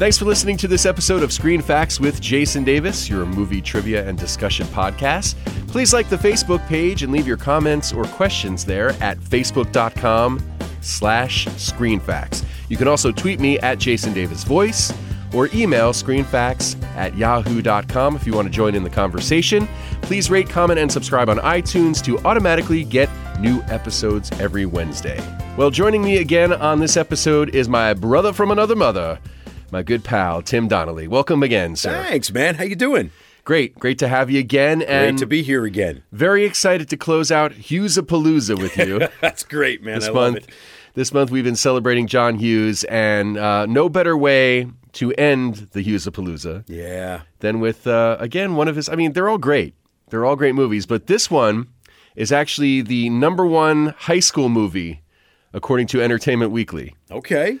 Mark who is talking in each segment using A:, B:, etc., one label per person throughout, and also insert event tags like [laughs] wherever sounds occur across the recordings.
A: Thanks for listening to this episode of Screen Facts with Jason Davis, your movie trivia and discussion podcast. Please like the Facebook page and leave your comments or questions there at facebook.com slash screenfacts. You can also tweet me at Jason Davis Voice or email screenfacts at yahoo.com if you want to join in the conversation. Please rate, comment, and subscribe on iTunes to automatically get new episodes every Wednesday. Well, joining me again on this episode is my brother from another mother, my good pal, Tim Donnelly. Welcome again, sir.
B: Thanks, man. How you doing?
A: Great, great to have you again. And
B: Great to be here again.
A: very excited to close out Hughes Palooza with you.
B: [laughs] That's great, man.
A: this
B: I love
A: month.
B: it.
A: This month we've been celebrating John Hughes, and uh, no better way to end the Hughesapalooza
B: Yeah.
A: than with uh, again one of his. I mean, they're all great. They're all great movies, but this one is actually the number one high school movie according to Entertainment Weekly,
B: Okay.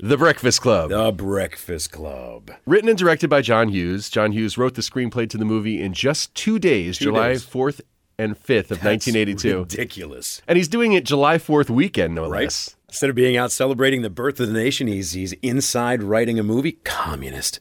A: The Breakfast Club.
B: The Breakfast Club.
A: Written and directed by John Hughes. John Hughes wrote the screenplay to the movie in just two days, July
B: days.
A: fourth and fifth of
B: That's
A: nineteen eighty two.
B: Ridiculous.
A: And he's doing it July fourth weekend, no
B: Right?
A: less. [laughs]
B: Instead of being out celebrating the birth of the nation, he's he's inside writing a movie.
A: [laughs]
B: Communist.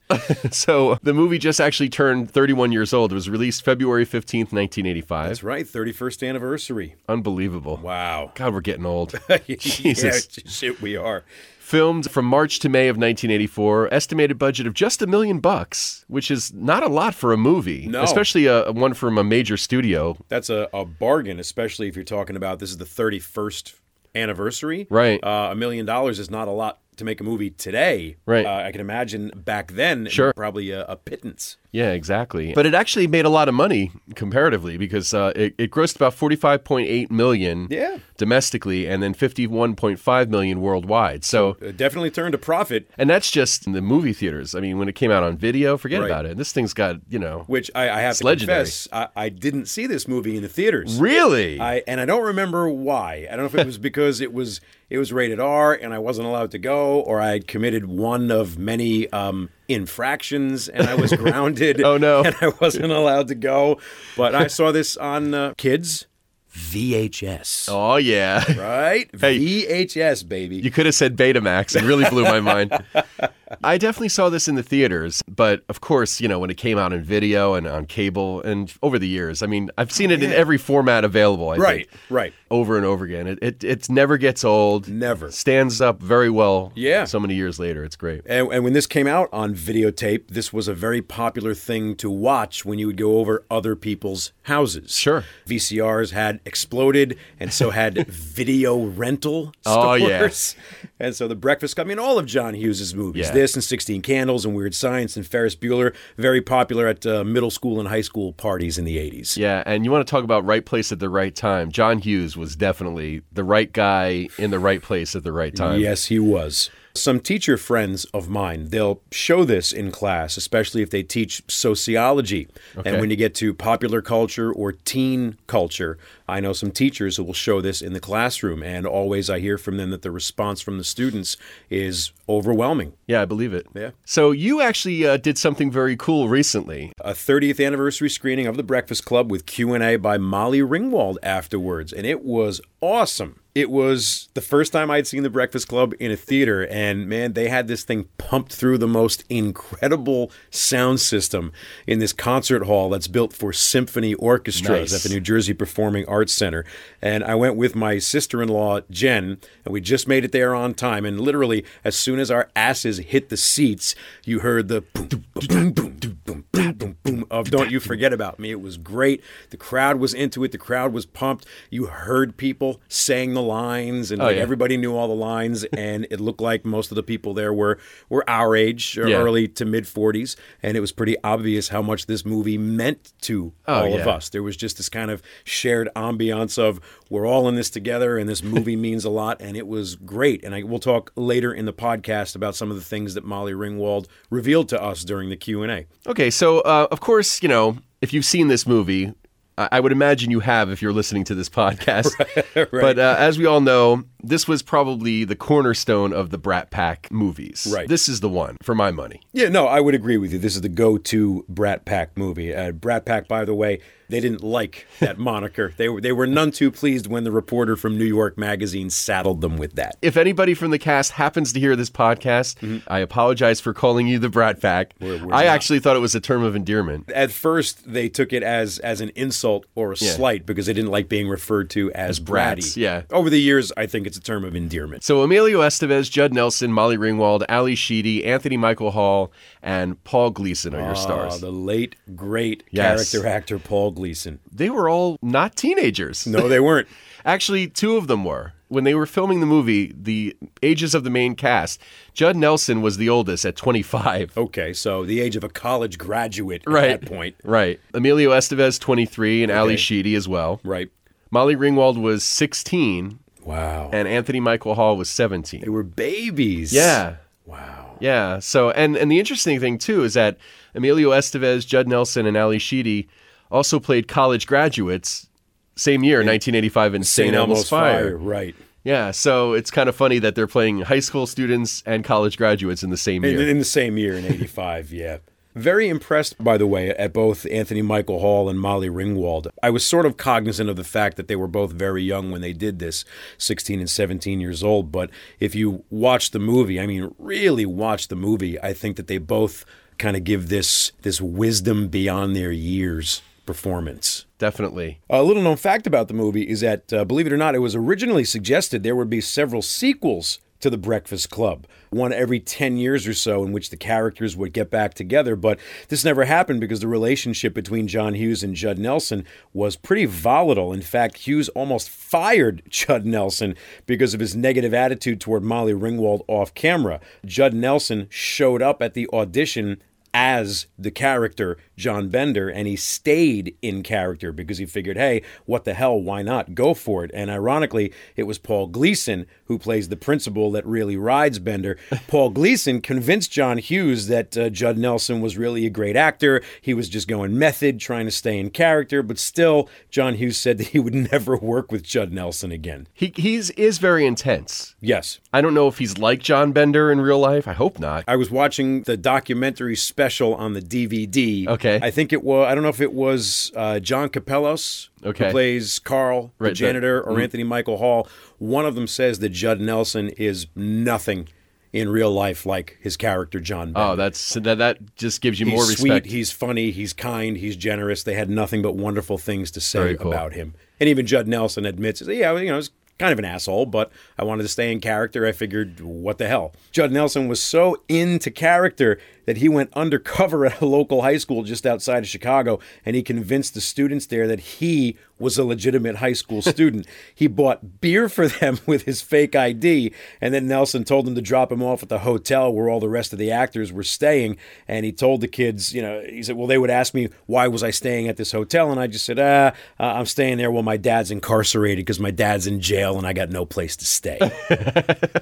A: So the movie just actually turned 31 years old. It was released February 15th, 1985.
B: That's right. Thirty first anniversary.
A: Unbelievable.
B: Wow. [laughs]
A: God, we're getting old. Jesus.
B: yeah, shit, we are.
A: Filmed from March to May of 1984, estimated budget of just a million bucks, which is not a lot for a movie,
B: No.
A: especially a, one from a major studio.
B: That's a, a bargain, especially if you're talking about this is the 31st anniversary.
A: Right.
B: Uh, a million dollars is not a lot to make a movie today.
A: Right.
B: Uh, I can imagine back then,
A: Sure.
B: probably a, a pittance.
A: Yeah, exactly. But it actually made a lot of money comparatively because uh, it, it grossed about 45.8 million
B: Yeah.
A: domestically and then 51.5 million worldwide. So
B: Uh, definitely turned a profit,
A: And that's just in the movie theaters. I mean, when it came out on video, forget
B: Right.
A: about it. This thing's got, you know.
B: which I, I have to
A: legendary.
B: confess, I, I didn't see this movie in the theaters.
A: Really?
B: I, and I don't remember why. I don't know if
A: [laughs]
B: it was because it was it was rated R and I wasn't allowed to go, or I had committed one of many um, infractions and
A: [laughs]
B: I was grounded.
A: Oh, no.
B: And I wasn't allowed to go. But I saw this on uh, kids VHS,
A: oh, yeah. [laughs]
B: right?
A: Hey.
B: VHS, baby.
A: You could have said Betamax. It really blew my mind.
B: [laughs]
A: I definitely saw this in the theaters, but of course, you know, when it came out in video and on cable and over the years, I mean, I've seen it in every format available, I
B: right,
A: think,
B: right.
A: over and over again. It, it, it never gets old.
B: Never.
A: Stands up very well.
B: Yeah.
A: So many years later. It's great.
B: And, and when this came out on videotape, this was a very popular thing to watch when you would go over other people's houses.
A: Sure.
B: VCRs had exploded, and
A: [laughs]
B: so had video rental stores.
A: Oh, yeah.
B: And so The Breakfast Club, I mean, all of John Hughes' movies,
A: Yeah.
B: this and 16 Candles and Weird Science and Ferris Bueller, very popular at uh, middle school and high school parties in the 80s.
A: Yeah, and you want to talk about right place at the right time. John Hughes was definitely the right guy in the right place at the right time.
B: Yes, he was. Some teacher friends of mine, they'll show this in class, especially if they teach sociology.
A: Okay.
B: And when you get to popular culture or teen culture, I know some teachers who will show this in the classroom. And always I hear from them that the response from the students is overwhelming.
A: Yeah, I believe it.
B: Yeah.
A: So you actually uh, did something very cool recently.
B: A 30th anniversary screening of The Breakfast Club with Q&A by Molly Ringwald afterwards, and it was awesome. It was the first time I'd seen The Breakfast Club in a theater, and man, they had this thing pumped through the most incredible sound system in this concert hall that's built for symphony orchestras
A: Nice.
B: at the New Jersey Performing Arts Center. And I went with my sister-in-law Jen, and we just made it there on time. And literally, as soon as our asses hit the seats, you heard the boom, boom, boom, boom, boom, boom, boom, boom of "Don't You Forget About Me." It was great. The crowd was into it. The crowd was pumped. You heard people saying the lines, and like,
A: Oh, yeah.
B: everybody knew all the lines. [laughs] And it looked like most of the people there were were our age, or
A: Yeah.
B: early to mid forties, and it was pretty obvious how much this movie meant to all of
A: yeah.
B: us. There was just this kind of shared ambiance of we're all in this together and this movie means a lot and it was great. And I we'll talk later in the podcast about some of the things that Molly Ringwald revealed to us during the Q&A.
A: Okay, so uh, of course, you know, if you've seen this movie,
B: [laughs]
A: I, I would imagine you have if you're listening to this podcast. But uh, as we all know, this was probably the cornerstone of the Brat Pack movies.
B: Right.
A: This is the one for my money.
B: Yeah, no, I would agree with you. This is the go-to Brat Pack movie. Uh, Brat Pack, by the way, they didn't like that moniker. They were they were none too pleased when the reporter from New York Magazine saddled them with that.
A: If anybody from the cast happens to hear this podcast, I apologize for calling you the Brat Pack.
B: Mm-hmm. we're
A: I
B: not.
A: actually thought it was a term of endearment.
B: At first, they took it as as an insult or a slight because they didn't like being referred to as,
A: brats,
B: bratty.
A: yeah.
B: Over the years, I think it's a term of endearment.
A: So Emilio Estevez, Judd Nelson, Molly Ringwald, Ali Sheedy, Anthony Michael Hall, and Paul Gleason are your
B: Ah,
A: stars.
B: the late great
A: Yes.
B: character actor Paul Gleason.
A: They were all not teenagers.
B: No, they weren't. [laughs]
A: Actually, two of them were. When they were filming the movie, the ages of the main cast, Judd Nelson was the oldest at 25.
B: Okay, so the age of a college graduate
A: Right.
B: at that point.
A: Right. Emilio Estevez, 23, and Ali Sheedy as well.
B: Right.
A: Molly Ringwald was 16,
B: Wow.
A: and Anthony Michael Hall was
B: They
A: 17.
B: were babies.
A: Yeah.
B: Wow.
A: Yeah. So, and, and the interesting thing, too, is that Emilio Estevez, Judd Nelson, and Ali Sheedy also played college graduates same year, 1985, in St. Elmo's Fire.
B: Right.
A: Yeah, so it's kind of funny that they're playing high school students and college graduates in the same
B: In,
A: year.
B: in the same year, in 85, yeah. Very impressed, by the way, at both Anthony Michael Hall and Molly Ringwald. I was sort of cognizant of the fact that they were both very young when they did this, 16 and 17 years old. But if you watch the movie, I mean, really watch the movie, I think that they both kind of give this this wisdom beyond their years performance.
A: Definitely.
B: A little known fact about the movie is that, uh, believe it or not, it was originally suggested there would be several sequels to The Breakfast Club, one every 10 years or so, in which the characters would get back together. But this never happened because the relationship between John Hughes and Judd Nelson was pretty volatile. In fact, Hughes almost fired [laughs] Judd Nelson because of his negative attitude toward Molly Ringwald off camera. Judd Nelson showed up at the audition as the character John Bender, and he stayed in character because he figured, hey, what the hell, why not? Go for it. And ironically, it was Paul Gleason who plays the principal that really rides Bender. Paul Gleason convinced John Hughes that uh, Judd Nelson was really a great actor. He was just going method, trying to stay in character, but still, John Hughes said that he would [laughs] never work with Judd Nelson again.
A: He he's is very intense.
B: Yes.
A: I don't know if he's like John Bender in real life. I hope not.
B: I was watching the documentary special on the DVD.
A: Okay.
B: I think it was, I don't know if it was uh, John Capellos,
A: Okay.
B: who plays Carl,
A: Right,
B: the
A: the-
B: janitor, or Anthony Michael Hall. One of them says that Judd Nelson is nothing in real life like his character, John Bender.
A: Oh, that's that that just gives you
B: He's
A: more
B: sweet,
A: respect.
B: he's funny, he's kind, he's generous. They had nothing but wonderful things to say
A: Very cool.
B: about him. And even Judd Nelson admits, yeah, you know, I was kind of an asshole, but I wanted to stay in character. I figured, what the hell? Judd Nelson was so into character that he went undercover [laughs] at a local high school just outside of Chicago, and he convinced the students there that he was a legitimate high
A: [laughs]
B: school student. he bought beer for them [laughs] with his fake ID, and then Nelson told them to drop him off at the hotel where all the rest of the actors were staying. And he told the kids, you know, he said, well, they would ask me, why was I staying at this hotel? And I just said, ah, uh, I'm staying there while my dad's incarcerated because my dad's in jail and I got no place
A: [laughs]
B: to stay.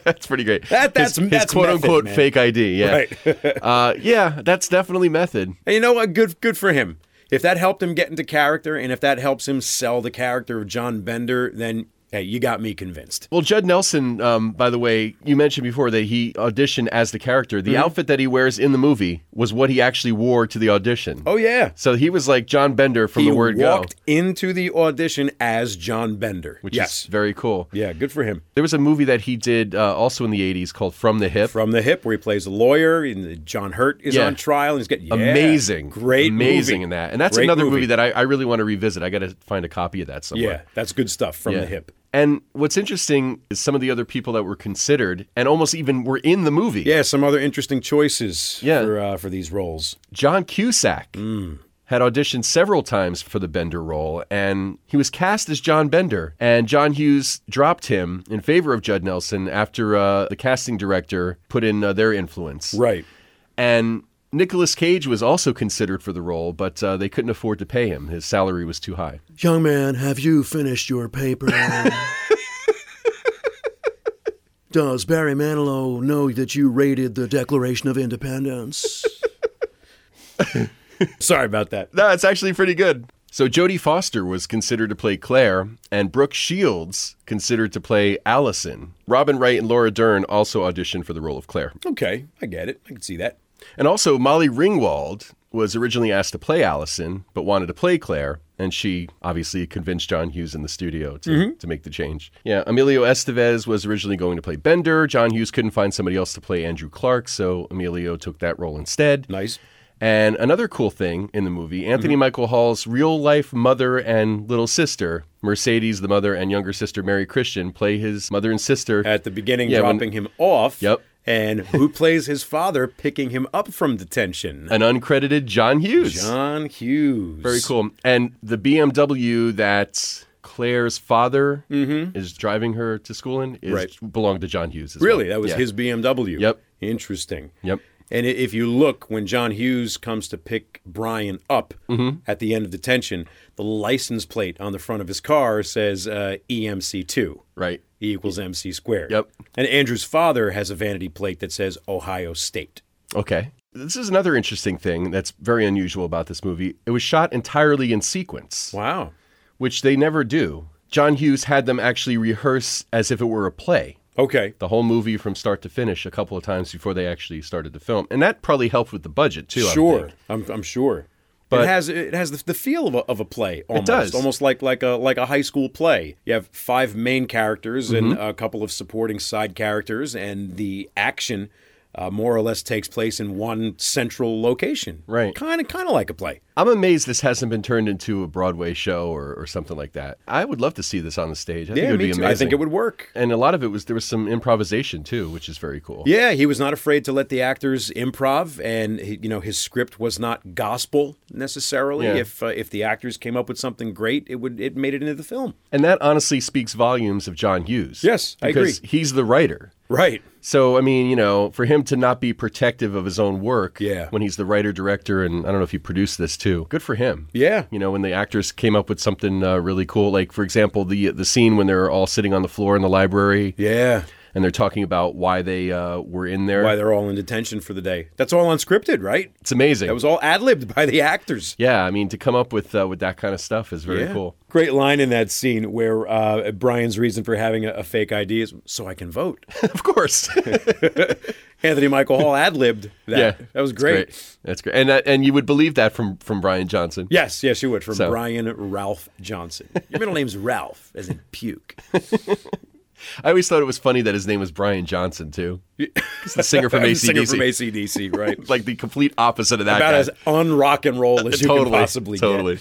A: that's pretty great.
B: That- that's-
A: his,
B: that's
A: quote
B: method,
A: unquote
B: man.
A: fake ID. Yeah,
B: Right.
A: [laughs] uh, yeah, that's definitely method.
B: And you know what? Good, good for him. If that helped him get into character and if that helps him sell the character of John Bender, then hey, you got me convinced.
A: Well, Judd Nelson, um, by the way, you mentioned before that he auditioned as the character.
B: Mm-hmm.
A: The outfit that he wears in the movie was what he actually wore to the audition.
B: Oh, yeah.
A: So he was like John Bender from
B: he
A: the word go,
B: walked into the audition as John Bender.
A: which
B: yes.
A: is very cool.
B: yeah, good for him.
A: There was a movie that he did uh, also in the 80s called From the Hip.
B: From the hip, where he plays a lawyer, and John Hurt is
A: Yeah.
B: on trial. And he's got yeah,
A: amazing.
B: great,
A: Amazing
B: movie.
A: in that. And that's
B: Great
A: another movie, that I, I really want to revisit. I got to find a copy of that somewhere.
B: yeah, that's good stuff. From the hip,
A: And what's interesting is some of the other people that were considered and almost even were in the movie.
B: yeah, some other interesting choices
A: Yeah.
B: for uh, for these roles.
A: John Cusack
B: Mm.
A: had auditioned several times for the Bender role, and he was cast as John Bender. And John Hughes dropped him in favor of Judd Nelson after uh, the casting director put in uh, their influence.
B: Right.
A: And Nicolas Cage was also considered for the role, but uh, they couldn't afford to pay him. His salary was too high.
C: Young man, have you finished your paper? Does Barry Manilow know that you raided the Declaration of Independence?
B: Sorry about that.
A: No, it's actually pretty good. So Jodie Foster was considered to play Claire, and Brooke Shields considered to play Allison. Robin Wright and Laura Dern also auditioned for the role of Claire.
B: Okay, I get it. I can see that.
A: And also, Molly Ringwald was originally asked to play Allison, but wanted to play Claire. And she obviously convinced John Hughes in the studio to, to make the change. Yeah, Emilio Estevez was originally going to play Bender. John Hughes couldn't find somebody else to play Andrew Clark, so Emilio took that role instead.
B: Nice.
A: And another cool thing in the movie Anthony
B: Mm-hmm.
A: Michael Hall's real life mother and little sister, Mercedes, the mother and younger sister, Mary Christian, play his mother and sister.
B: At the beginning,
A: Yeah, when-
B: dropping him off.
A: Yep. [laughs]
B: And who plays his father picking him up from detention?
A: an uncredited John Hughes.
B: John Hughes.
A: Very cool. And the BMW that Claire's father is driving her to school in is
B: Mm-hmm. Right.
A: belonged to John Hughes. As
B: Really,
A: well.
B: that was
A: Yeah.
B: his BMW.
A: Yep.
B: Interesting.
A: Yep.
B: And i- if you look, when John Hughes comes to pick Brian up at the end of detention, the license plate on the front of his car says uh, EMC2.
A: Right.
B: E equals MC squared.
A: Yep.
B: And Andrew's father has a vanity plate that says Ohio State.
A: Okay. This is another interesting thing that's very unusual about this movie. It was shot entirely in sequence,
B: Wow.
A: which they never do. John Hughes had them actually rehearse as if it were a play.
B: Okay.
A: The whole movie from start to finish a couple of times before they actually started to film. And that probably helped with the budget too. I would
B: Sure.
A: think.
B: I'm, I'm sure. But
A: But-
B: it has it has the, the feel of a, of a play almost,
A: does.
B: almost like like a like a high school play. You have five main characters
A: Mm-hmm.
B: and a couple of supporting side characters, and the action uh, more or less takes place in one central location.
A: Right.
B: Kind of kind of like a play.
A: I'm amazed this hasn't been turned into a Broadway show or, or something like that. I would love to see this on the stage. I think it
B: Yeah,
A: would
B: me
A: be
B: too.
A: amazing.
B: I think it would work.
A: And a lot of it was there was some improvisation too, which is very cool.
B: Yeah, he was not afraid to let the actors improv, and he- you know his script was not gospel necessarily.
A: Yeah.
B: If uh, if the actors came up with something great, it would it made it into the film.
A: And that honestly speaks volumes of John Hughes.
B: Yes, I
A: because
B: agree.
A: He's the writer.
B: Right.
A: So I mean, you know, for him to not be protective of his own work
B: Yeah.
A: when he's the writer director and I don't know if he produced this too. Good for him.
B: Yeah.
A: You know, when the actors came up with something uh, really cool, like for example, the the scene when they're all sitting on the floor in the library
B: Yeah.
A: and they're talking about why they uh, were in there.
B: Why they're all in detention for the day? That's all unscripted, right?
A: it's amazing.
B: That was all ad libbed by the actors.
A: yeah, I mean, to come up with uh, with that kind of stuff is very cool. [laughs]
B: Great line in that scene where uh, Brian's reason for having a, a fake ID is so I can vote. [laughs]
A: of course.
B: Anthony Michael Hall ad libbed that.
A: yeah,
B: That was
A: It's
B: great.
A: That's great, and that, and you would believe that from from Brian Johnson.
B: Yes, yes, you would. From
A: So-
B: Brian Ralph Johnson. Your middle name's Ralph, as in puke.
A: I always thought it was funny that his name was Brian Johnson too. He's the singer
B: [laughs]
A: from
B: I'm the singer from
A: ACDC.
B: ACDC,
A: [laughs]
B: right?
A: Like the complete opposite of that
B: About
A: guy.
B: as un rock and
A: [laughs]
B: roll as you
A: totally,
B: can possibly get.
A: totally.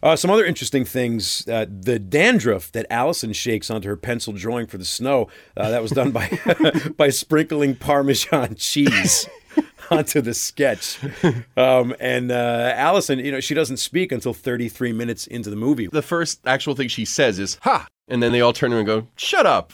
B: Uh, some other interesting things: uh, the dandruff that Allison shakes onto her pencil drawing for the snow. Uh, that was
A: [laughs]
B: done by [laughs] by sprinkling Parmesan cheese [laughs] onto the sketch. Um, and uh, Allison, you know, she doesn't speak until 33 minutes into the movie.
A: The first actual thing she says is "Ha," and then they all turn around and go, "Shut
B: [laughs]
A: up."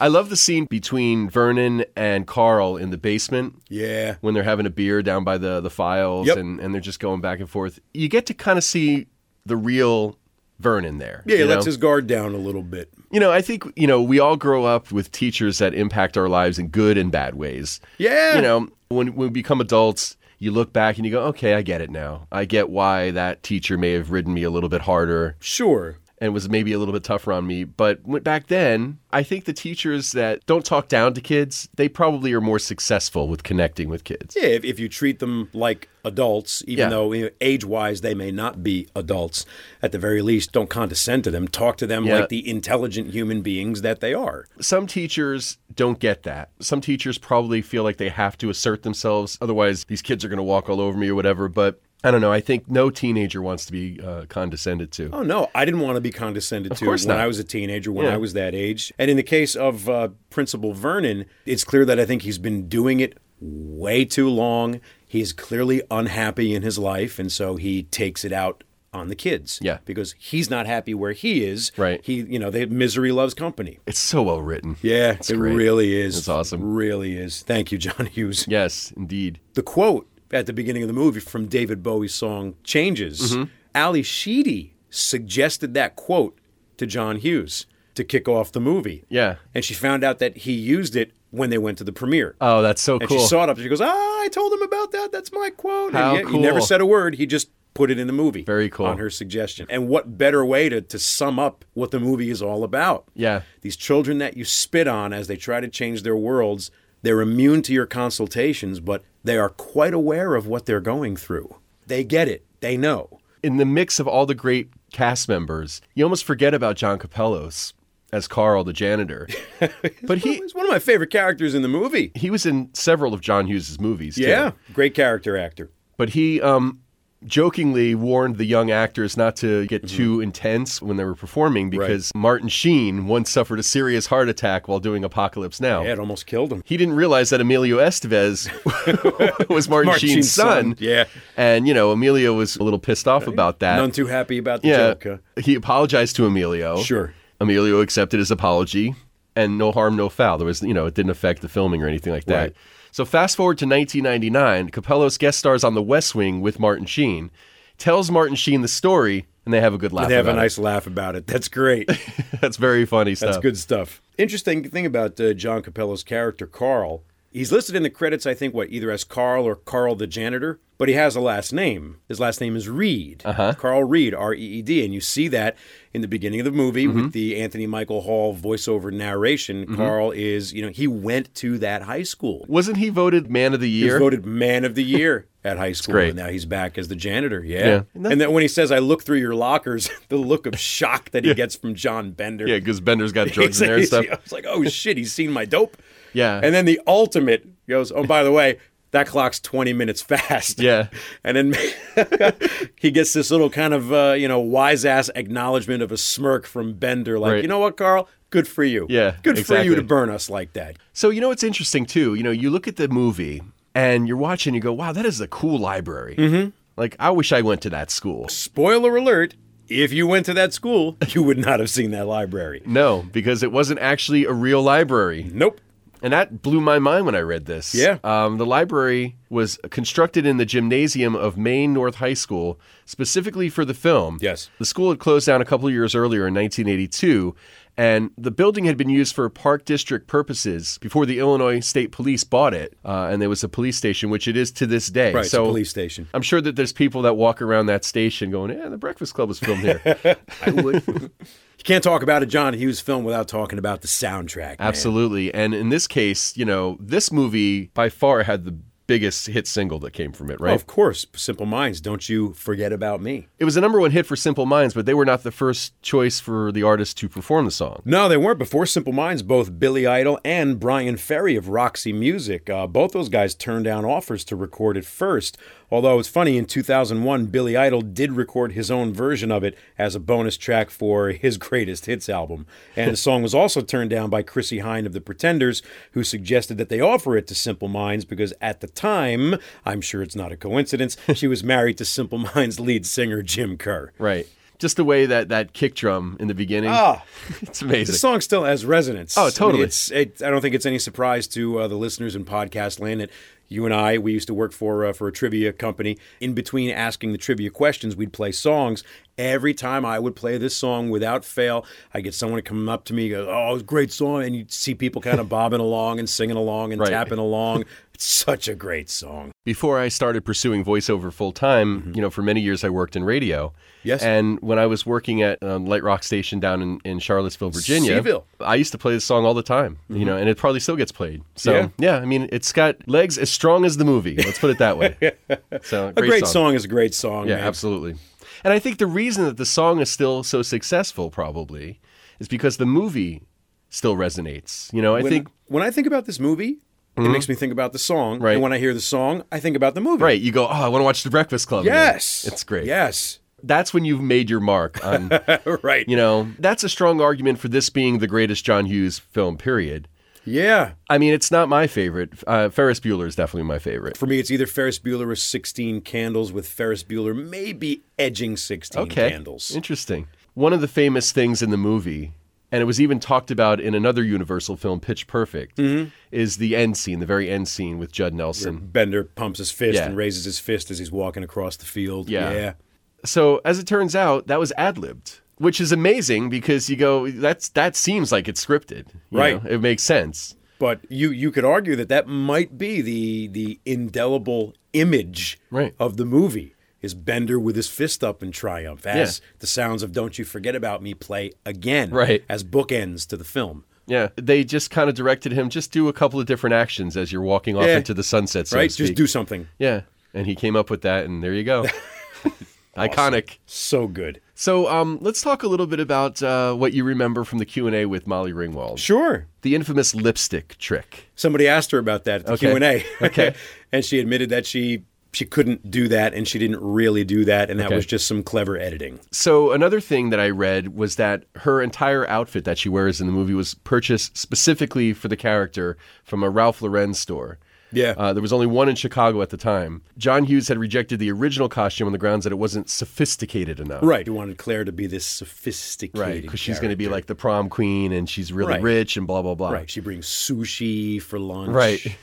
A: I love the scene between Vernon and Carl in the basement.
B: Yeah,
A: when they're having a beer down by the the files
B: Yep.
A: and, and they're just going back and forth. You get to kind of see the real Vernon there.
B: yeah, he
A: you know?
B: lets his guard down a little bit.
A: You know, I think you know we all grow up with teachers that impact our lives in good and bad ways.
B: Yeah.
A: You know, when when we become adults, you look back and you go, okay, I get it now. I get why that teacher may have ridden me a little bit harder
B: Sure.
A: and was maybe a little bit tougher on me. But w- back then, I think the teachers that don't talk down to kids, they probably are more successful with connecting with kids.
B: Yeah, if, if you treat them like adults, even
A: Yeah.
B: though you know, age-wise they may not be adults, at the very least, don't condescend to them. Talk to them
A: Yeah.
B: like the intelligent human beings that they are.
A: some teachers don't get that. Some teachers probably feel like they have to assert themselves, otherwise, these kids are going to walk all over me or whatever. But I don't know. I think no teenager wants to be uh, condescended to.
B: Oh no, I didn't want to be condescended to
A: course
B: when
A: not.
B: I was a teenager, when
A: Yeah.
B: I was that age. And in the case of uh, Principal Vernon, it's clear that I think he's been doing it way too long. He's clearly unhappy in his life, and so he takes it out on the kids.
A: Yeah.
B: because he's not happy where he is.
A: Right.
B: He, you know, they, misery loves company.
A: It's so well written.
B: Yeah, it
A: great.
B: really is.
A: It's awesome.
B: Really is. Thank you, [laughs] John Hughes.
A: Yes, indeed.
B: The quote at the beginning of the movie from David Bowie's song Changes,
A: Mm-hmm.
B: Ali Sheedy suggested that quote to John Hughes to kick off the movie.
A: Yeah.
B: And she found out that he used it when they went to the premiere.
A: Oh, that's so
B: and
A: cool.
B: she saw it up. She goes, "Ah, I told him about that. That's my quote."
A: How
B: and yet he never
A: cool.
B: said a word. He just put it in the movie.
A: Very cool.
B: On her suggestion. And what better way to to sum up what the movie is all about?
A: Yeah.
B: These children that you spit on as they try to change their worlds, they're immune to your consultations, but they are quite aware of what they're going through. They get it. They know.
A: in the mix of all the great cast members, you almost forget about John Capellos as Carl the
B: [laughs]
A: janitor. but he
B: He's one of my favorite characters in the movie.
A: he was in several of John Hughes' movies. too.
B: Yeah, great character actor.
A: But he um, jokingly warned the young actors not to get
B: Mm-hmm.
A: too intense when they were performing because Martin Sheen once suffered a serious heart attack while doing Apocalypse Now.
B: Yeah, it almost killed him.
A: He didn't realize that Emilio Estevez [laughs] was Martin,
B: [laughs] Martin
A: Sheen's
B: Sheen's
A: son.
B: son, yeah.
A: And, you know, Emilio was a little pissed off about that.
B: None too happy about the
A: Yeah.
B: joke. huh?
A: He apologized to Emilio.
B: Sure.
A: Emilio accepted his apology and no harm, no foul. There was, you know, it didn't affect the filming or anything like that.
B: Right.
A: So fast forward to 1999, Capellos guest stars on The West Wing with Martin Sheen, tells Martin Sheen the story, and they have a good laugh.
B: They have a
A: about
B: nice laugh about it.
A: [laughs]
B: That's great.
A: it. That's very funny stuff.
B: That's good stuff. Interesting thing about uh, John Capello's character, Carl. He's listed in the credits, I think, what, either as Carl or Carl the janitor, but he has a last name. His last name is Reed. Uh-huh. Carl Reed, R E E D. And you see that in the beginning of the movie
A: Mm-hmm.
B: with the Anthony Michael Hall voiceover narration. Carl is, you know, he went to that high school.
A: Wasn't he voted Man of the
B: He was
A: Year?
B: voted
A: [laughs]
B: man of the year at high school,
A: great.
B: and now he's back as the janitor. Yeah,
A: Yeah.
B: and then when he says, "I look through your lockers," [laughs] the look of shock that he gets from John Bender.
A: yeah, because Bender's
B: [laughs]
A: got drugs
B: He's
A: in there and
B: like-
A: stuff.
B: I was like, oh shit, he's seen my dope.
A: Yeah.
B: And then the ultimate goes, oh, by the way, that clock's 20 minutes fast.
A: Yeah.
B: [laughs] And then [laughs] he gets this little kind of, uh, you know, wise ass acknowledgement of a smirk from Bender, like,
A: Right.
B: you know what, Carl? Good for you.
A: Yeah,
B: Good for
A: exactly.
B: you to burn us like that.
A: So you know it's interesting too. You know, you look at the movie and you're watching, you go, "Wow, that is a cool library." Mm-hmm. Like I wish I went to that school.
B: Spoiler alert if you went to that school, [laughs] you would not have seen that library.
A: No, because it wasn't actually a real library.
B: Nope.
A: And that blew my mind when I read this.
B: Yeah.
A: Um, the library was constructed in the gymnasium of Maine North High School specifically for the film.
B: Yes.
A: The school had closed down a couple of years earlier in 1982, and the building had been used for park district purposes before the Illinois State Police bought it. Uh, and there was a police station, which it is to this day.
B: Right, it's a
A: so
B: police station.
A: I'm sure that there's people that walk around that station going, "Yeah, the Breakfast Club was filmed
B: [laughs]
A: here."
C: I would.
B: You can't talk about a John Hughes film without talking about the soundtrack. man.
A: Absolutely. And in this case, you know, this movie by far had the biggest hit single that came from it,
B: Oh,
A: right?
B: of course, Simple Minds, Don't You Forget About Me.
A: It was a number one hit for Simple Minds, but they were not the first choice for the artist to perform the song.
B: No, they weren't. Before Simple Minds, both Billy Idol and Brian Ferry of Roxy Music, uh, both those guys turned down offers to record it first. Although it's funny, in 2001, Billy Idol did record his own version of it as a bonus track for his [laughs] greatest hits album. And the song was also turned down by Chrissy Hine of The Pretenders, who suggested that they offer it to Simple Minds because at the time, I'm sure it's not a coincidence, she was married to Simple Minds lead singer Jim Kerr.
A: Right. Just the way that that kick drum in the beginning.
B: Ah.
A: [laughs] it's amazing.
B: The song still has resonance.
A: Oh,
B: I mean,
A: totally.
B: it's, it, I don't think it's any surprise to uh, the listeners in podcast land that you and I, we used to work for uh, for a trivia company. In between asking the trivia questions, we'd play songs. Every time I would play this song without fail, I get someone to come up to me, go, "Oh, it's a great song," and you'd see people
A: [laughs]
B: kind of bobbing along and singing along and
A: Right.
B: tapping along. It's such a great song.
A: Before I started pursuing voiceover full time, you know, for many years I worked in radio.
B: Mm-hmm. Yes.
A: And when I was working at um, Light Rock Station down in, in Charlottesville, Virginia,
B: Seville. Mm-hmm.
A: I used to play this song all the time, you know, and it probably still gets played. So, yeah.
B: Yeah.
A: I mean, it's got legs as strong as the movie. Let's put it that
B: [laughs]
A: way. so,
B: A great, song. is a great song.
A: Yeah,
B: man.
A: absolutely. And I think the reason that the song is still so successful probably is because the movie still resonates. You know, I
B: when,
A: think Mm-hmm.
B: when I think about this movie, it makes me think about the song.
A: Right.
B: And when I hear the song, I think about the movie.
A: right, you go, "Oh, I want to watch The Breakfast Club." again."
B: Yes.
A: It's great.
B: Yes. [laughs]
A: That's when you've made your mark on
B: right.
A: You know, that's a strong argument for this being the greatest John Hughes film, period.
B: yeah.
A: I mean, it's not my favorite. Uh, Ferris Bueller is definitely my favorite.
B: For me, it's either Ferris Bueller or 16 Candles, with Ferris Bueller maybe edging 16
A: Okay.
B: Candles.
A: Interesting. One of the famous things in the movie, and it was even talked about in another Universal film, Pitch Perfect, is the end scene, the very end scene with Judd Nelson.
B: Bender pumps his fist
A: Yeah.
B: and raises his fist as he's walking across the field.
A: Yeah.
B: yeah.
A: So, as it turns out, that was ad libbed, which is amazing because you go, that's that seems like it's scripted. you
B: Right.
A: know? It makes sense.
B: But you you could argue that that might be the the indelible image
A: Right.
B: of the movie is Bender with his fist up in triumph as the sounds of "Don't You Forget About Me" play again,
A: Right.
B: as bookends to the film.
A: Yeah, they just kind of directed him just do a couple of different actions as you're walking off
B: Yeah.
A: into the sunset, so to
B: right,
A: speak.
B: just do something.
A: yeah, and he came up with that, and there you
B: [laughs]
A: go, [laughs] iconic.
B: So good.
A: So um, let's talk a little bit about uh, what you remember from the Q and A with Molly Ringwald,
B: Sure.
A: the infamous lipstick trick.
B: Somebody asked her about that at the
A: Okay.
B: Q and A.
A: Okay.
B: [laughs] and she admitted that she she couldn't do that and she didn't really do that and that
A: Okay.
B: was just some clever editing.
A: So another thing that I read was that her entire outfit that she wears in the movie was purchased specifically for the character from a Ralph Lauren store.
B: Yeah.
A: Uh, there was only one in Chicago at the time. John Hughes had rejected the original costume on the grounds that it wasn't sophisticated enough.
B: Right. You wanted Claire to be this sophisticated
A: Right. Because she's going to be
B: character.
A: like the prom queen and she's really
B: Right.
A: rich and blah, blah, blah.
B: Right. She brings sushi for lunch.
A: Right.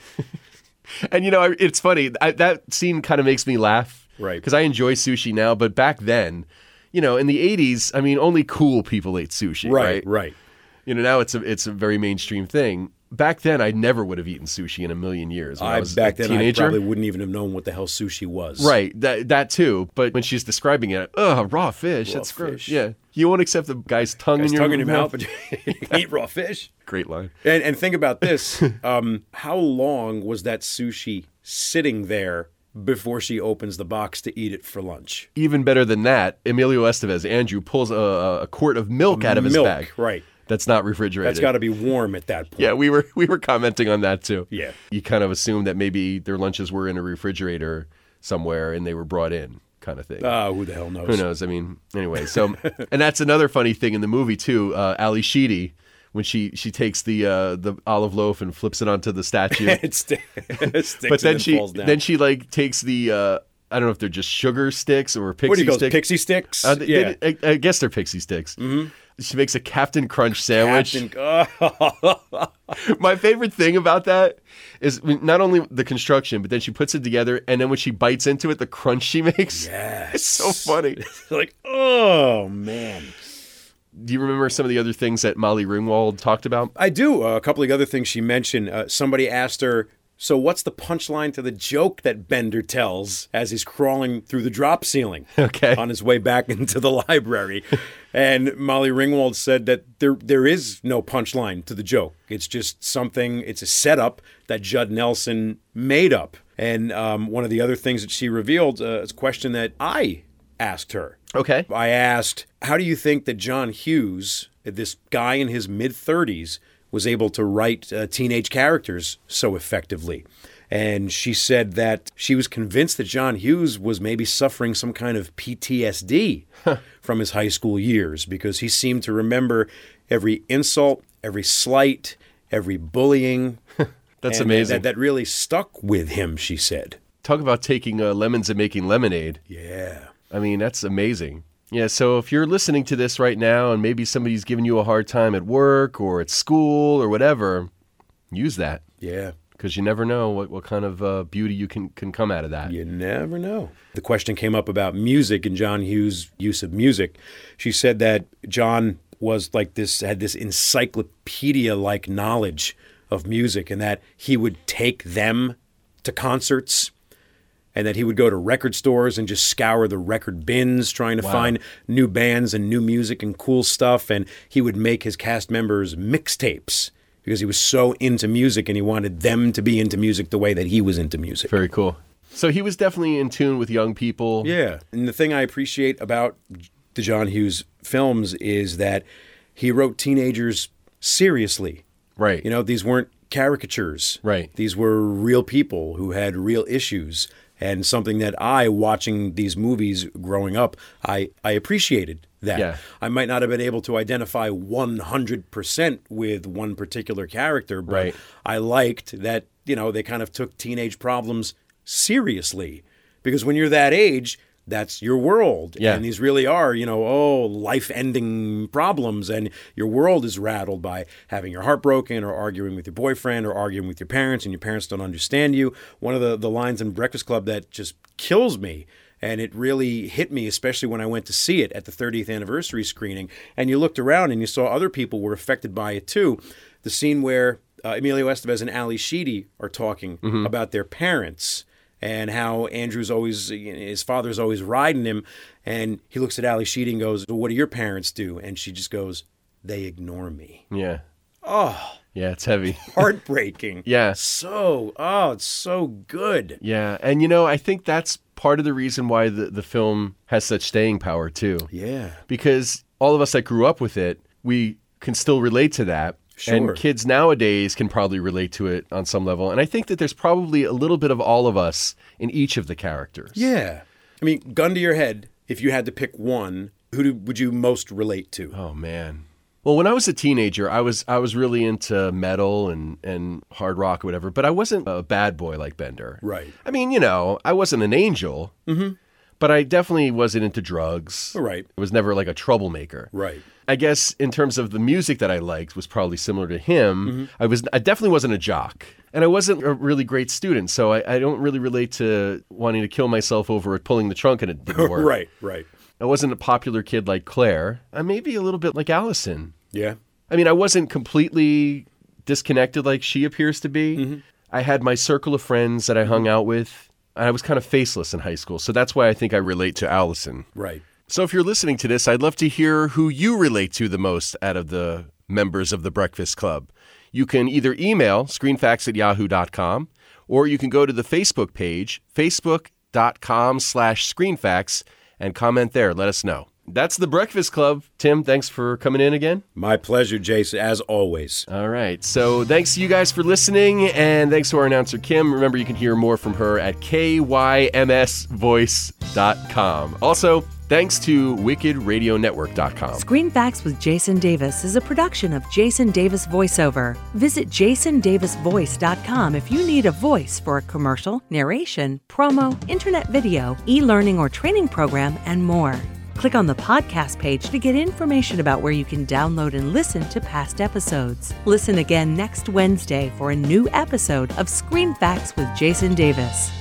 A: [laughs] and you know, I- it's funny. I, that scene kind of makes me laugh.
B: Right.
A: Because I enjoy sushi now, but back then, you know, in the 80s, I mean, only cool people ate sushi.
B: Right. Right.
A: You know, now it's a it's a very mainstream thing. Back then, I never would have eaten sushi in a million years. When I,
B: I,
A: was
B: back
A: a
B: then
A: teenager.
B: I probably wouldn't even have known what the hell sushi was.
A: Right, that that too. But when she's describing it, ugh, raw fish. that's gross.
B: fish.
A: Yeah, you won't accept the guy's tongue in
B: It's
A: your
B: tongue in your
A: mouth.
B: mouth, but you
A: [laughs]
B: [laughs] eat raw fish.
A: Great line.
B: And, and think
A: [laughs]
B: about this: um, how long was that sushi sitting there before she opens the box to eat it for lunch?
A: Even better than that, Emilio Estevez, Andrew, pulls a- a, a quart of milk out of his
B: Milk,
A: bag.
B: right?
A: That's not refrigerated.
B: That's got to be warm at that point.
A: yeah, we were we were commenting on that too.
B: Yeah.
A: You kind of assume that maybe their lunches were in a refrigerator somewhere and they were brought in, kind of thing.
B: Ah, who the hell knows?
A: Who knows? I mean, anyway. So, and that's another funny thing in the movie too. Uh, Ali Sheedy, when she she takes the uh, the olive loaf and flips it onto the
B: [laughs]
A: statue,
B: [laughs] it st- it sticks
A: but then
B: and
A: she
B: falls down.
A: then she like takes the uh, I don't know if they're just sugar sticks or pixie
B: what do you go?
A: sticks.
B: Pixie sticks?
A: Uh, they- they- I, I guess they're pixie sticks. Mm-hmm. She makes a Captain Crunch sandwich.
B: Captain- oh,
A: [laughs]
B: [laughs]
A: My favorite thing about that is not only the construction, but then she puts it together, and then when she bites into it, the crunch she [laughs] makes.
B: yes.
A: It's so funny.
B: [laughs] like, oh man.
A: Do you remember some of the other things that Molly Ringwald talked about?
B: I do. Uh, a couple of other things she mentioned. Uh, somebody asked her, So, what's the punchline to the joke that Bender tells as he's crawling through the drop ceiling
A: Okay.
B: on his way back [laughs] into the library? and Molly Ringwald said that there there is no punchline to the joke. It's just something, it's a setup that Judd Nelson made up. And um, one of the other things that she revealed uh, is a question that I asked her.
A: Okay.
B: I asked, how do you think that John Hughes, this guy in his mid 30s, was able to write uh, teenage characters so effectively? And she said that she was convinced that John Hughes was maybe suffering some kind of PTSD from his high school years because he seemed to remember every insult, every slight, every bullying.
A: [laughs] That's
B: And
A: amazing.
B: That, that really stuck with him, she said.
A: Talk about taking uh, lemons and making lemonade.
B: Yeah.
A: I mean, that's amazing. Yeah, so if you're listening to this right now and maybe somebody's giving you a hard time at work or at school or whatever, use that
B: Yeah.
A: because you never know what, what kind of uh, beauty you can, can come out of that.
B: You never know. The question came up about music and John Hughes' use of music. She said that John was like this, had this encyclopedia like knowledge of music, and that he would take them to concerts and that he would go to record stores and just scour the record bins trying to find new bands and new music and cool stuff and he would make his cast members mixtapes because he was so into music and he wanted them to be into music the way that he was into music
A: Very cool. So he was definitely in tune with young people.
B: yeah. And the thing I appreciate about the John Hughes films is that he wrote teenagers seriously.
A: Right.
B: You know, these weren't caricatures.
A: Right.
B: These were real people who had real issues. And something that I, watching these movies growing up, I, I appreciated that.
A: Yeah.
B: I might not have been able to identify 100% with one particular character, but
A: Right.
B: I liked that, you know, they kind of took teenage problems seriously because when you're that age, that's your world.
A: Yeah.
B: And these really are, you know, oh, life ending problems. And your world is rattled by having your heart broken or arguing with your boyfriend or arguing with your parents and your parents don't understand you. One of the, the lines in Breakfast Club that just kills me and it really hit me, especially when I went to see it at the 30th anniversary screening. And you looked around and you saw other people were affected by it too. The scene where uh, Emilio Estevez and Ali Sheedy are talking about their parents and how Andrew's always, his father's always riding him. And he looks at Ali Sheedy and goes, What do your parents do? And she just goes, They ignore me.
A: Yeah.
B: [laughs]
A: Oh. Yeah, it's heavy. [laughs]
B: Heartbreaking.
A: Yeah.
B: So, oh, it's so good.
A: Yeah, and you know, I think that's part of the reason why the, the film has such staying power too.
B: Yeah.
A: Because all of us that grew up with it, we can still relate to that.
B: Sure.
A: And kids nowadays can probably relate to it on some level. And I think that there's probably a little bit of all of us in each of the characters.
B: Yeah. I mean, gun to your head, if you had to pick one, who do, would you most relate to?
A: Oh man. Well, when I was a teenager, I was I was really into metal and, and hard rock or whatever, but I wasn't a bad boy like Bender.
B: Right.
A: I mean, you know, I wasn't an angel, mm-hmm. but I definitely wasn't into drugs.
B: Right.
A: I was never like a troublemaker.
B: Right.
A: I guess in terms of the music that I liked was probably similar to him. I was I definitely wasn't a jock, and I wasn't a really great student, so I, I don't really relate to wanting to kill myself over pulling the trunk and it didn't work.
B: Right, right.
A: I wasn't a popular kid like Claire. I maybe a little bit like Allison.
B: Yeah.
A: I mean, I wasn't completely disconnected like she appears to be. I had my circle of friends that I hung out with, and I was kind of faceless in high school, so that's why I think I relate to Allison.
B: Right.
A: So, if you're listening to this, I'd love to hear who you relate to the most out of the members of the Breakfast Club. You can either email screenfacts at yahoo.com or you can go to the Facebook page, facebook.com slash screenfacts, and comment there. Let us know. That's the Breakfast Club. Tim, thanks for coming in again.
B: My pleasure, Jason, as always.
A: All right. So thanks to you guys for listening, and thanks to our announcer, Kim. Remember, you can hear more from her at kymsvoice.com. Also, thanks to wickedradionetwork.com.
D: Screen Facts with Jason Davis is a production of Jason Davis VoiceOver. Visit jasondavisvoice.com if you need a voice for a commercial, narration, promo, internet video, e learning or training program, and more. Click on the podcast page to get information about where you can download and listen to past episodes. Listen again next Wednesday for a new episode of Screen Facts with Jason Davis.